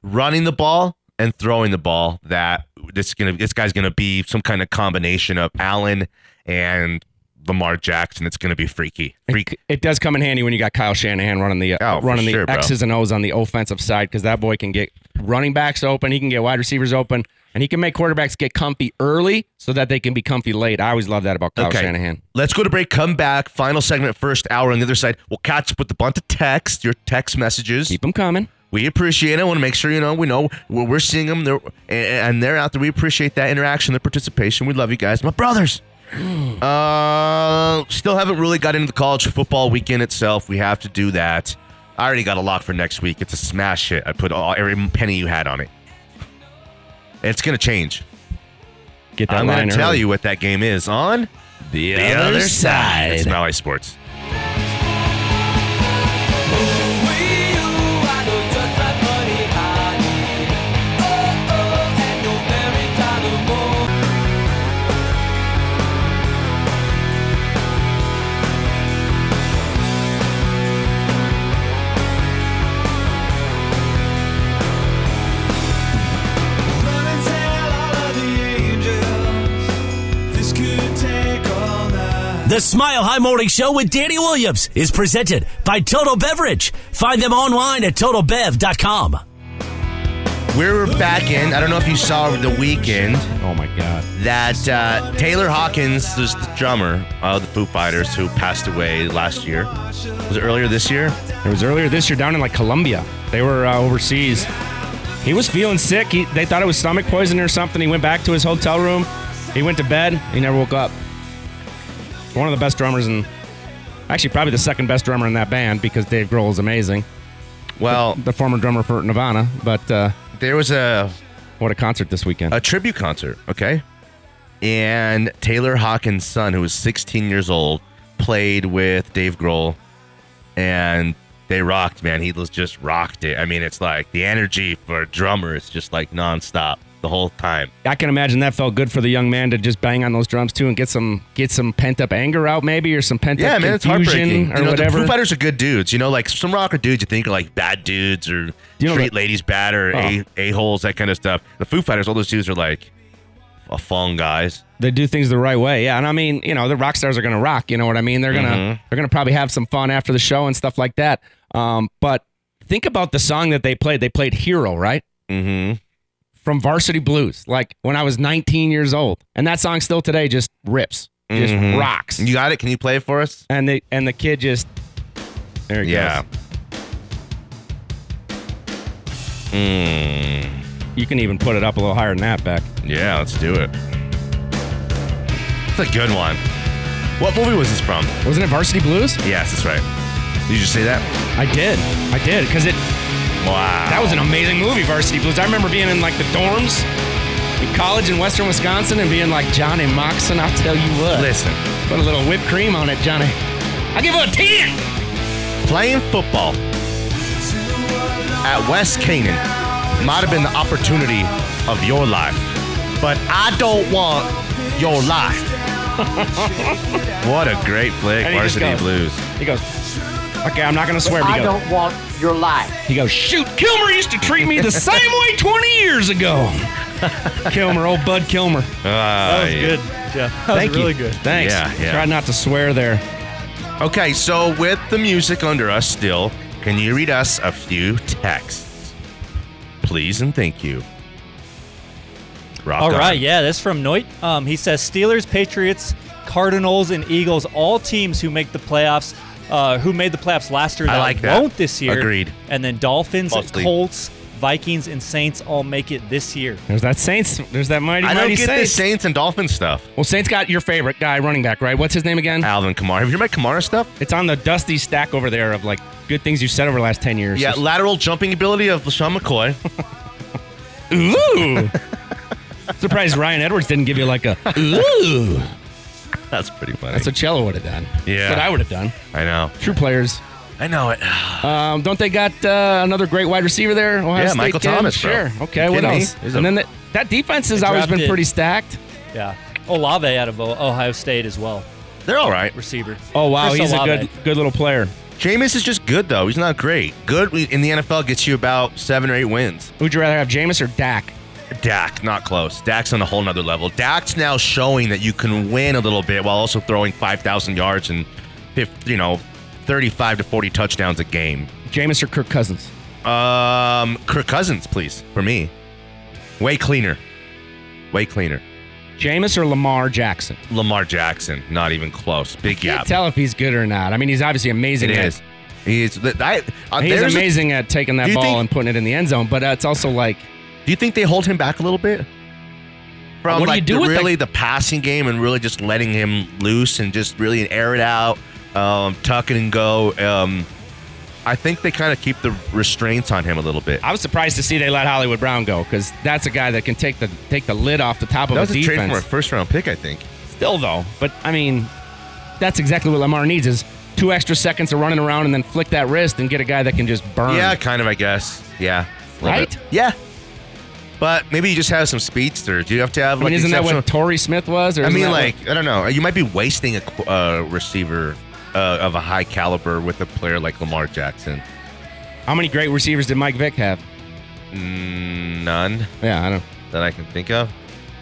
running the ball and throwing the ball that this is gonna this guy's gonna be some kind of combination of Allen and Lamar Jackson. It's gonna be freaky. Freak.
It, it does come in handy when you got Kyle Shanahan running the
Oh, for
running the
sure, bro.
X's and O's on the offensive side because that boy can get running backs open, he can get wide receivers open, and he can make quarterbacks get comfy early so that they can be comfy late. I always love that about Kyle Shanahan.
Let's go to break. Come back. Final segment, first hour on the other side. We'll catch up with a bunch of text, your text messages.
Keep them coming.
We appreciate it. I want to make sure you know we know we're, we're seeing them, they're, and, and they're out there. We appreciate that interaction, their participation. We love you guys, my brothers. uh, still haven't really got into the college football weekend itself. We have to do that. I already got a lock for next week. It's a smash hit. I put all, every penny you had on it. It's gonna change.
Get that
I'm
line
gonna
early.
tell you what that game is on the,
other
It's
side.
Malloy Sports.
The Smile High Morning Show with Danny Williams is presented by Total Beverage. Find them online at TotalBev.com.
We're back in. I don't know if you saw over the weekend.
Oh my god.
that uh, Taylor Hawkins was the drummer of the Foo Fighters who passed away last year. Was it earlier this year?
It was earlier this year down in like Colombia. They were uh, overseas. He was feeling sick. He, they thought it was stomach poison or something. He went back to his hotel room. He went to bed. He never woke up. One of the best drummers in, actually, probably the second best drummer in that band because Dave Grohl is amazing.
Well,
the former drummer for Nirvana, but uh,
there was a
what a concert this weekend.
A tribute concert, okay? And Taylor Hawkins' son, who was 16 years old, played with Dave Grohl, and they rocked, man. He was just rocked it. I mean, it's like the energy for a drummer is just like nonstop the whole time.
I can imagine that felt good for the young man to just bang on those drums too and get some get some pent up anger out maybe or some pent up
Yeah, man, it's
confusion
heartbreaking.
or
you know,
whatever.
The Foo Fighters are good dudes. You know, like some rocker dudes you think are like bad dudes or
You know
treat
that-
ladies bad or
Oh.
a a holes that kind of stuff. The Foo Fighters, all those dudes are like a fun guys.
they do things the right way. Yeah, and I mean, you know, the rock stars are gonna rock. You know what I mean? They're gonna
Mhm.
they're gonna probably have some fun after the show and stuff like that. Um, but think about the song that they played. They played "Hero," right?
Mm-hmm.
From Varsity Blues, like when I was 19 years old, and that song still today just rips, just
Mhm.
rocks.
You got it? Can you play it for us?
And the and the kid just there he
Yeah.
goes.
Mm.
You can even put it up a little higher than that, Beck.
Hmm. Yeah, let's do it. It's a good one. What movie was this from?
Wasn't it Varsity Blues?
Yes, that's right. Did you just say that?
I did, I did, because it
Wow.
That was an amazing movie, Varsity Blues. I remember being in like the dorms in college in Western Wisconsin and being like Johnny Moxon. I'll tell you what.
Listen,
Put a little whipped cream on it, Johnny. I give it a ten.
playing football at West Canaan might have been the opportunity of your life, but I don't want your life. *laughs* what a great flick,
And he just
Varsity
goes-
Blues.
He goes. Okay, I'm not gonna swear. But
I
he goes.
don't want your life.
He goes. Shoot, Kilmer used to treat me
*laughs*
the same way 20 years ago. Kilmer, old Bud Kilmer.
that
was good. Yeah, that was
Thank you.
really good.
Thanks.
Yeah, yeah.
Try not to swear there.
Okay, so with the music under us still, can you read us a few texts? Please and thank you. Rock
All
on.
right, yeah, this is from Noit. Um, he says Steelers, Patriots, Cardinals, and Eagles, all teams who make the playoffs, uh, who made the playoffs last year
I
that
like that.
won't this year.
Agreed.
And then Dolphins,
Mostly.
Colts, Vikings, and Saints all make it this year.
There's that Saints. There's that mighty
I don't
mighty
get the
Saints.
Saints and Dolphins stuff.
Well, Saints got your favorite guy, running back, right? What's his name again?
Alvin Kamara. Have you read Kamara stuff?
It's on the dusty stack over there of like good things you said over the last 10 years.
Yeah, lateral jumping ability of LaShawn McCoy.
Ooh. Surprised Ryan Edwards didn't give you like a ooh.
That's pretty funny.
That's what Cello would have done.
Yeah.
That's what I would have done.
I know.
True players.
I know it.
Um, don't they got uh, another great wide receiver there? Ohio
Yeah,
State
Michael
kid?
Thomas, bro.
Sure.
You
Okay. What
kidding me?
else?
He's a-
and then that that defense has
They
always been
drafted-
pretty stacked.
Yeah. Olave out of O- Ohio State as well,
They're all right.
receiver.
Oh wow,
Chris
he's a
Olave.
good good little player.
Jameis is just good though. He's not great. Good in the NFL gets you about seven or eight wins.
Would you rather have Jameis or Dak?
Dak, not close. Dak's on a whole nother level. Dak's now showing that you can win a little bit while also throwing five thousand yards and, fif- you know, thirty-five to forty touchdowns a game.
Jameis or Kirk Cousins?
Um, Kirk Cousins, please, for me. Way cleaner. Way cleaner.
Jameis or Lamar Jackson?
Lamar Jackson, not even close. Big
Can't
gap.
tell if he's good or not. I mean, he's obviously amazing.
It
at-
is. He is. th- I, uh,
He's
there's a-
amazing at taking
Do
that
you
ball
think-
and putting it in the end zone, but uh, it's also like
do you think they hold him back a little bit? From
What do you
like
do
the-
with the-
really the passing game and really just letting him loose and just really air it out, um, tuck it and go. Um, I think they kind of keep the restraints on him a little bit.
I was surprised to see they let Hollywood Brown go because that's a guy that can take the take the lid off the top of
That was
a
a trade for a
defense.
first round pick, I think.
Still though, but I mean, that's exactly what Lamar needs is two extra seconds of running around and then flick that wrist and get a guy that can just burn.
Yeah, kind of, I guess. Yeah. A little
Right?
bit. Yeah. But maybe you just have some speedsters. You have to have
I
like.
mean, isn't that
exceptional-
what Torrey Smith was? Or
I
isn't
mean,
that what-
like I don't know. You might be wasting a qu- uh, receiver uh, of a high caliber with a player like Lamar Jackson.
how many great receivers did Mike Vick have?
Mm, none
Yeah, I don't.
that I can think of.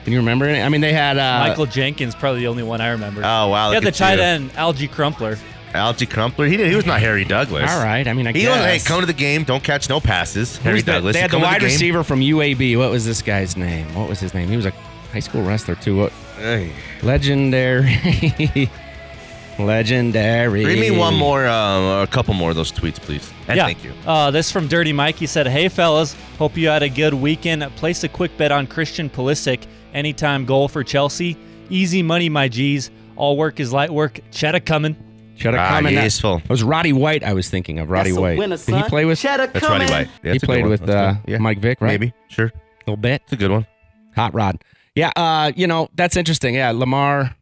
Can you remember any? I mean, they had uh,
Michael Jenkins, probably the only one I remember.
Oh wow!
yeah,
look
the
at
tight
you.
end, Algie Crumpler.
Algie Crumpler. He did. He was not Harry Douglas.
All right. I mean, I
He
guess.
was hey, come to the game. Don't catch no passes.
Who's
Harry
the-
Douglas.
They
you
had the
come to
wide
game.
receiver from UAB. What was this guy's name? What was his name? He was a high school wrestler too. What
Hey.
legendary? *laughs* legendary.
Read me one more, um, or a couple more of those tweets, please. And
yeah.
thank you.
Uh, this from Dirty Mike. He said, "Hey fellas, hope you had a good weekend. Place a quick bet on Christian Pulisic anytime goal for Chelsea. Easy money, my G's. All work is light work. Chetta coming.
Should have
Ah,
come in that-
useful.
It was Roddy White I was thinking of. Roddy
That's a
White.
winner,
Did he
son.
play with?
Cheddar That's Roddy coming. White. Yeah,
he
that's a good
played
one.
with
That's
uh,
good. Yeah.
Mike Vick, right?
Maybe. Sure. A
little bit. It's
a good one.
Hot Rod. Yeah. Uh, you know that's interesting. Yeah, Lamar,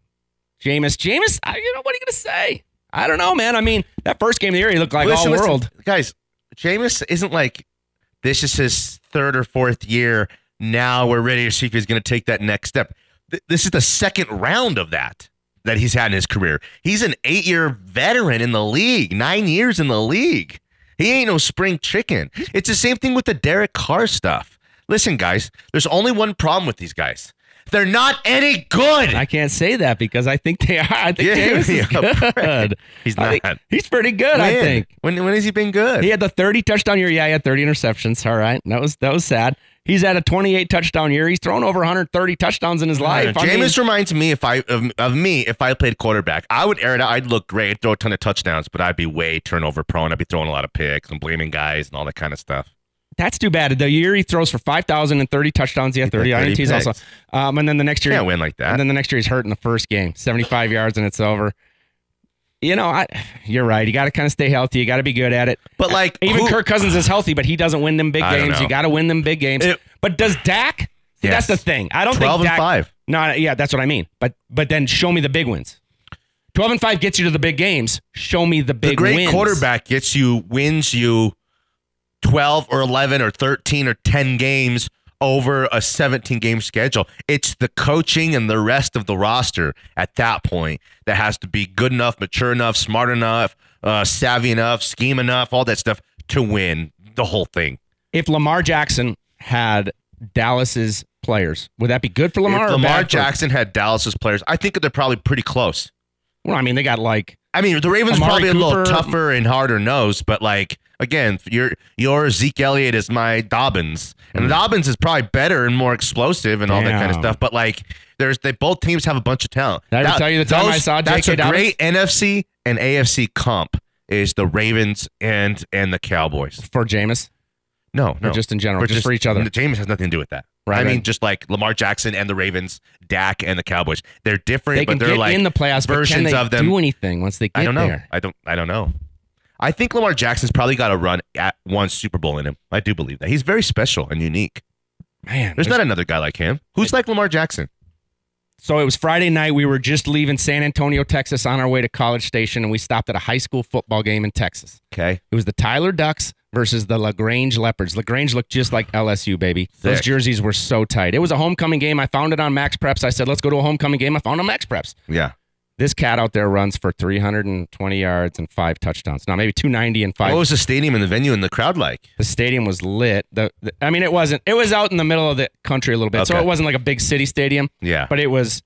Jameis, Jameis. I, you know what are you gonna say? I don't know, man. I mean, that first game of the year, he looked like
Listen,
all
listen,
world.
guys. Jameis isn't like this is his third or fourth year. Now we're ready to see if he's going to take that next step. Th- this is the second round of that that he's had in his career. He's an eight-year veteran in the league, nine years in the league. He ain't no spring chicken. It's the same thing with the Derek Carr stuff. Listen, guys, there's only one problem with these guys. They're not any good.
I can't say that because I think they are. I think
Yeah,
Jameis is
yeah, *laughs*
good.
right. He's
I think-
not.
he's pretty good. I
When?
think.
When, when has he been good?
He had the 30 touchdown year. Yeah, he had 30 interceptions. All right, that was that was sad. He's had a 28 touchdown year. He's thrown over 130 touchdowns in his life. I mean-
Jameis reminds me if I of, of me if I played quarterback, I would air it out. I'd look great, throw a ton of touchdowns, but I'd be way turnover prone. I'd be throwing a lot of picks and blaming guys and all that kind of stuff.
That's too bad. The year he throws for 5,030 touchdowns, he had 30
had 30
INTs also.
picks.
Um, and then the next year,
Can't win like that.
And then the next year, he's hurt in the first game, 75 yards, and it's over. You know, I, you're right. You got to kind of stay healthy. You got to be good at it.
But like,
even
who-
Kirk Cousins is healthy, but he doesn't win them big
I don't
games.
know.
You got to win them big games. but does Dak? See,
Yes.
That's the thing. I don't
12
think
and
Dak,
five.
No, yeah, that's what I mean. But but then show me the big wins. 12 and 5 gets you to the big games. Show me the big
the great
wins.
quarterback gets you wins you twelve or eleven or thirteen or ten games over a seventeen game schedule. It's the coaching and the rest of the roster at that point that has to be good enough, mature enough, smart enough, uh, savvy enough, scheme enough, all that stuff to win the whole thing.
if Lamar Jackson had Dallas's players, would that be good for Lamar?
if
or
Lamar
bad for-
Jackson had Dallas's players, I think they're probably pretty close.
Well, I mean, they got like
I mean, the Ravens
Amari
probably a little
Cooper.
tougher and harder nosed, but like again, your your Zeke Elliott is my Dobbins, and
Mm-hmm.
Dobbins is probably better and more explosive and all that kind of
Damn.
stuff. But like, there's they both teams have a bunch of talent.
Did I ever tell you the time I saw
That's
J.K.
a
Dobbins?
great NFC and AFC comp is the Ravens and and the Cowboys.
for Jameis.
No, no,
just in general, just for each other.
James has nothing to do with that.
Right,
I mean,
right.
just like Lamar Jackson and the Ravens, Dak and the Cowboys. They're different,
They can
but they're
get
like
in the playoffs, but can
versions
they
of them.
do anything once they get
I don't know.
there?
I don't. I don't know. I think Lamar Jackson's probably got a run at one Super Bowl in him. I do believe that he's very special and unique.
Man,
There's not another guy like him. Who's like Lamar Jackson?
So it was Friday night. We were just leaving San Antonio, Texas, on our way to College Station, and we stopped at a high school football game in Texas.
Okay.
It was the Tyler Ducks versus the Lagrange Leopards. Lagrange looked just like
*sighs*
LSU, baby. Those
Sick.
jerseys were so tight. It was a homecoming game. I found it on Max Preps. I said, "Let's go to a homecoming game." I found it on Max Preps.
Yeah.
This cat out there runs for 320 yards and five touchdowns. Now maybe 290 and five.
What was the stadium and the venue and the crowd like?
the stadium was lit. The, the- I mean, it wasn't. It was out in the middle of the country a little bit, so
Okay.
it wasn't like a big city stadium.
Yeah.
but it was.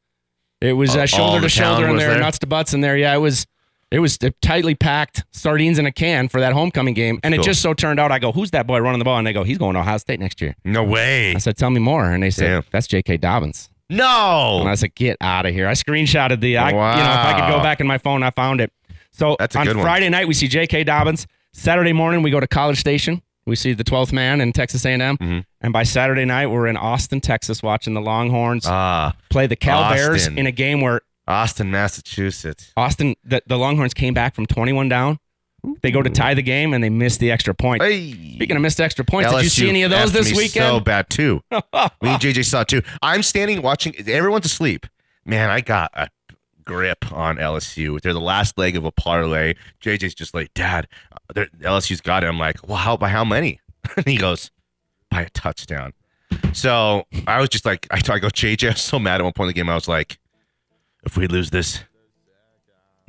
It was
All-
uh,
all
shoulder
the
to shoulder
town
in
was
there,
there?
nuts to butts in there. Yeah, it was. It was tightly packed, sardines in a can for that homecoming game, and
Cool.
it just so turned out. I go, "Who's that boy running the ball?" And they go, "He's going to Ohio State next year."
No way.
I said, "Tell me more," and they said,
Damn.
"That's J.K. Dobbins." And I
No.
said, "Get out of here!" I screenshotted the. I, You know, if I could
Wow.
go back in my phone, I found it. So
That's a
on
good one.
Friday night we see J.K. Dobbins. Saturday morning we go to College Station. We see the 12th man in Texas A&M,
Mm-hmm.
and by Saturday night we're in Austin, Texas, watching the Longhorns
Ah,
play the Cal Bears
Austin.
in a game where
Austin, Massachusetts.
Austin the, the Longhorns came back from 21 down. They go to tie the game and they miss the extra point.
Hey.
Speaking of missed extra points, did you see any of those
effed
this
me
weekend?
So bad too.
*laughs*
me and JJ saw it too. I'm standing watching. Everyone's asleep. Man, I got a grip on LSU. They're the last leg of a parlay. JJ's just like, Dad, they're- LSU's got it. I'm like, Well, how by how many? *laughs* And he goes, By a touchdown. So I was just like, I, I go, JJ, I was so mad at one point in the game. I was like, If we lose this,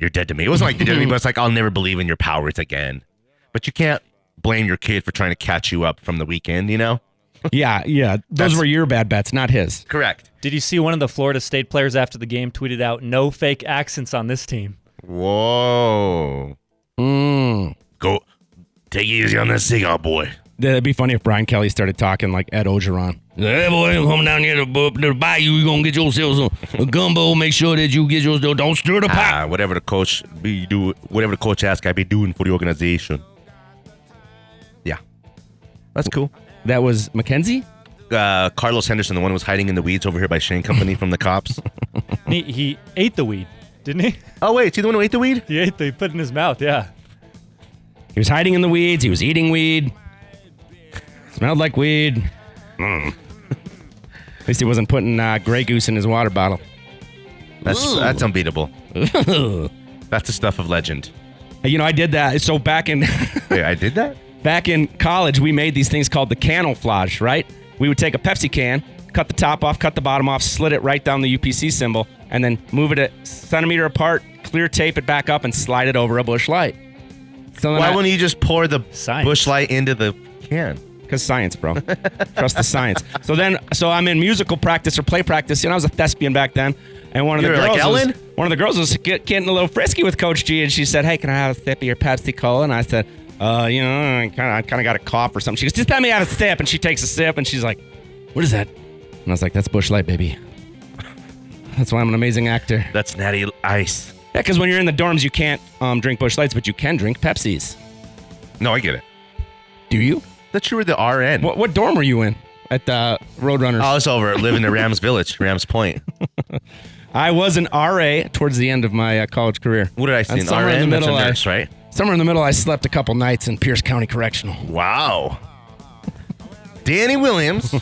you're dead to me. It wasn't like you're dead to me, but it's like I'll never believe in your powers again. But you can't blame your kid for trying to catch you up from the weekend, you know?
yeah, yeah. Those
That's-
were your bad bets, not his.
Correct.
Did you see one of the Florida State players after the game tweeted out, "No fake accents on this team."
Whoa.
Mm.
Go take it easy on that cigar boy.
That'd be funny if Brian Kelly started talking like Ed Ogeron. Hey boy, I'm coming down here to, bu- to buy you. You gonna get yourselves a, a gumbo. Make sure that you get yours. Don't stir the pot.
Ah, whatever the coach be do whatever the coach asks I be doing for the organization. Yeah. That's cool.
That was Mackenzie.
Uh, *laughs* Carlos Henderson, the one who was hiding in the weeds over here by Shane Company from the cops.
he, he ate the weed. Didn't he? *laughs*
Oh wait, is he the one who ate the weed?
He ate the he put it in his mouth. Yeah.
He was hiding in the weeds. He was eating weed. Smelled like weed. Mm. At least he wasn't putting uh, Grey Goose in his water bottle. *laughs*
That's
Ooh.
that's unbeatable.
Ooh.
That's the stuff of legend.
You know, I did that. So back in *laughs*
Wait, I did that?
back in college, we made these things called the camouflage. Right? We would take a Pepsi can, cut the top off, cut the bottom off, slit it right down the UPC symbol, and then move it a centimeter apart, clear tape it back up, and slide it over a bush light. So then
Why
I-
wouldn't you just pour the bush light into the can?
Because science, bro. Trust the science. So then, so I'm in musical practice or play practice. You know, I was a thespian back then, and one of
You
the
were like
girls, was-
Ellen?
one of the girls was get, getting a little frisky with Coach G, and she said, "Hey, can I have a sip of your Pepsi Cola?" And I said, "Uh, you know, I kind of, I kind of got a cough or something." She goes, "Just let me have a sip," and she takes a sip, and she's like, "What is that?" And I was like, "That's Bush Light, baby." That's why I'm an amazing actor.
That's natty ice.
Yeah, because when you're in the dorms, you can't um, drink Bush Lights, but you can drink Pepsis.
No, I get it.
Do you?
That you were the RN.
What, what dorm were you in at the Roadrunners?
I was Oh, over living in Rams Village, Rams Point.
I was an RA towards the end of my uh, college career.
What did I see?
And
An
somewhere in
RN?
the
That's a
middle, I-
nurse, right?
Somewhere in the middle, I slept a couple nights in Pierce County Correctional.
Wow. Danny Williams,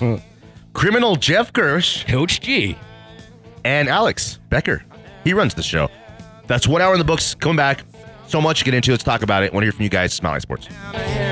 criminal Jeff Gersh,
Coach G,
and Alex Becker. He runs the show. That's one hour in the books. Coming back. So much to get into. Let's talk about it. Want to hear from you guys. Smiley Sports.
Here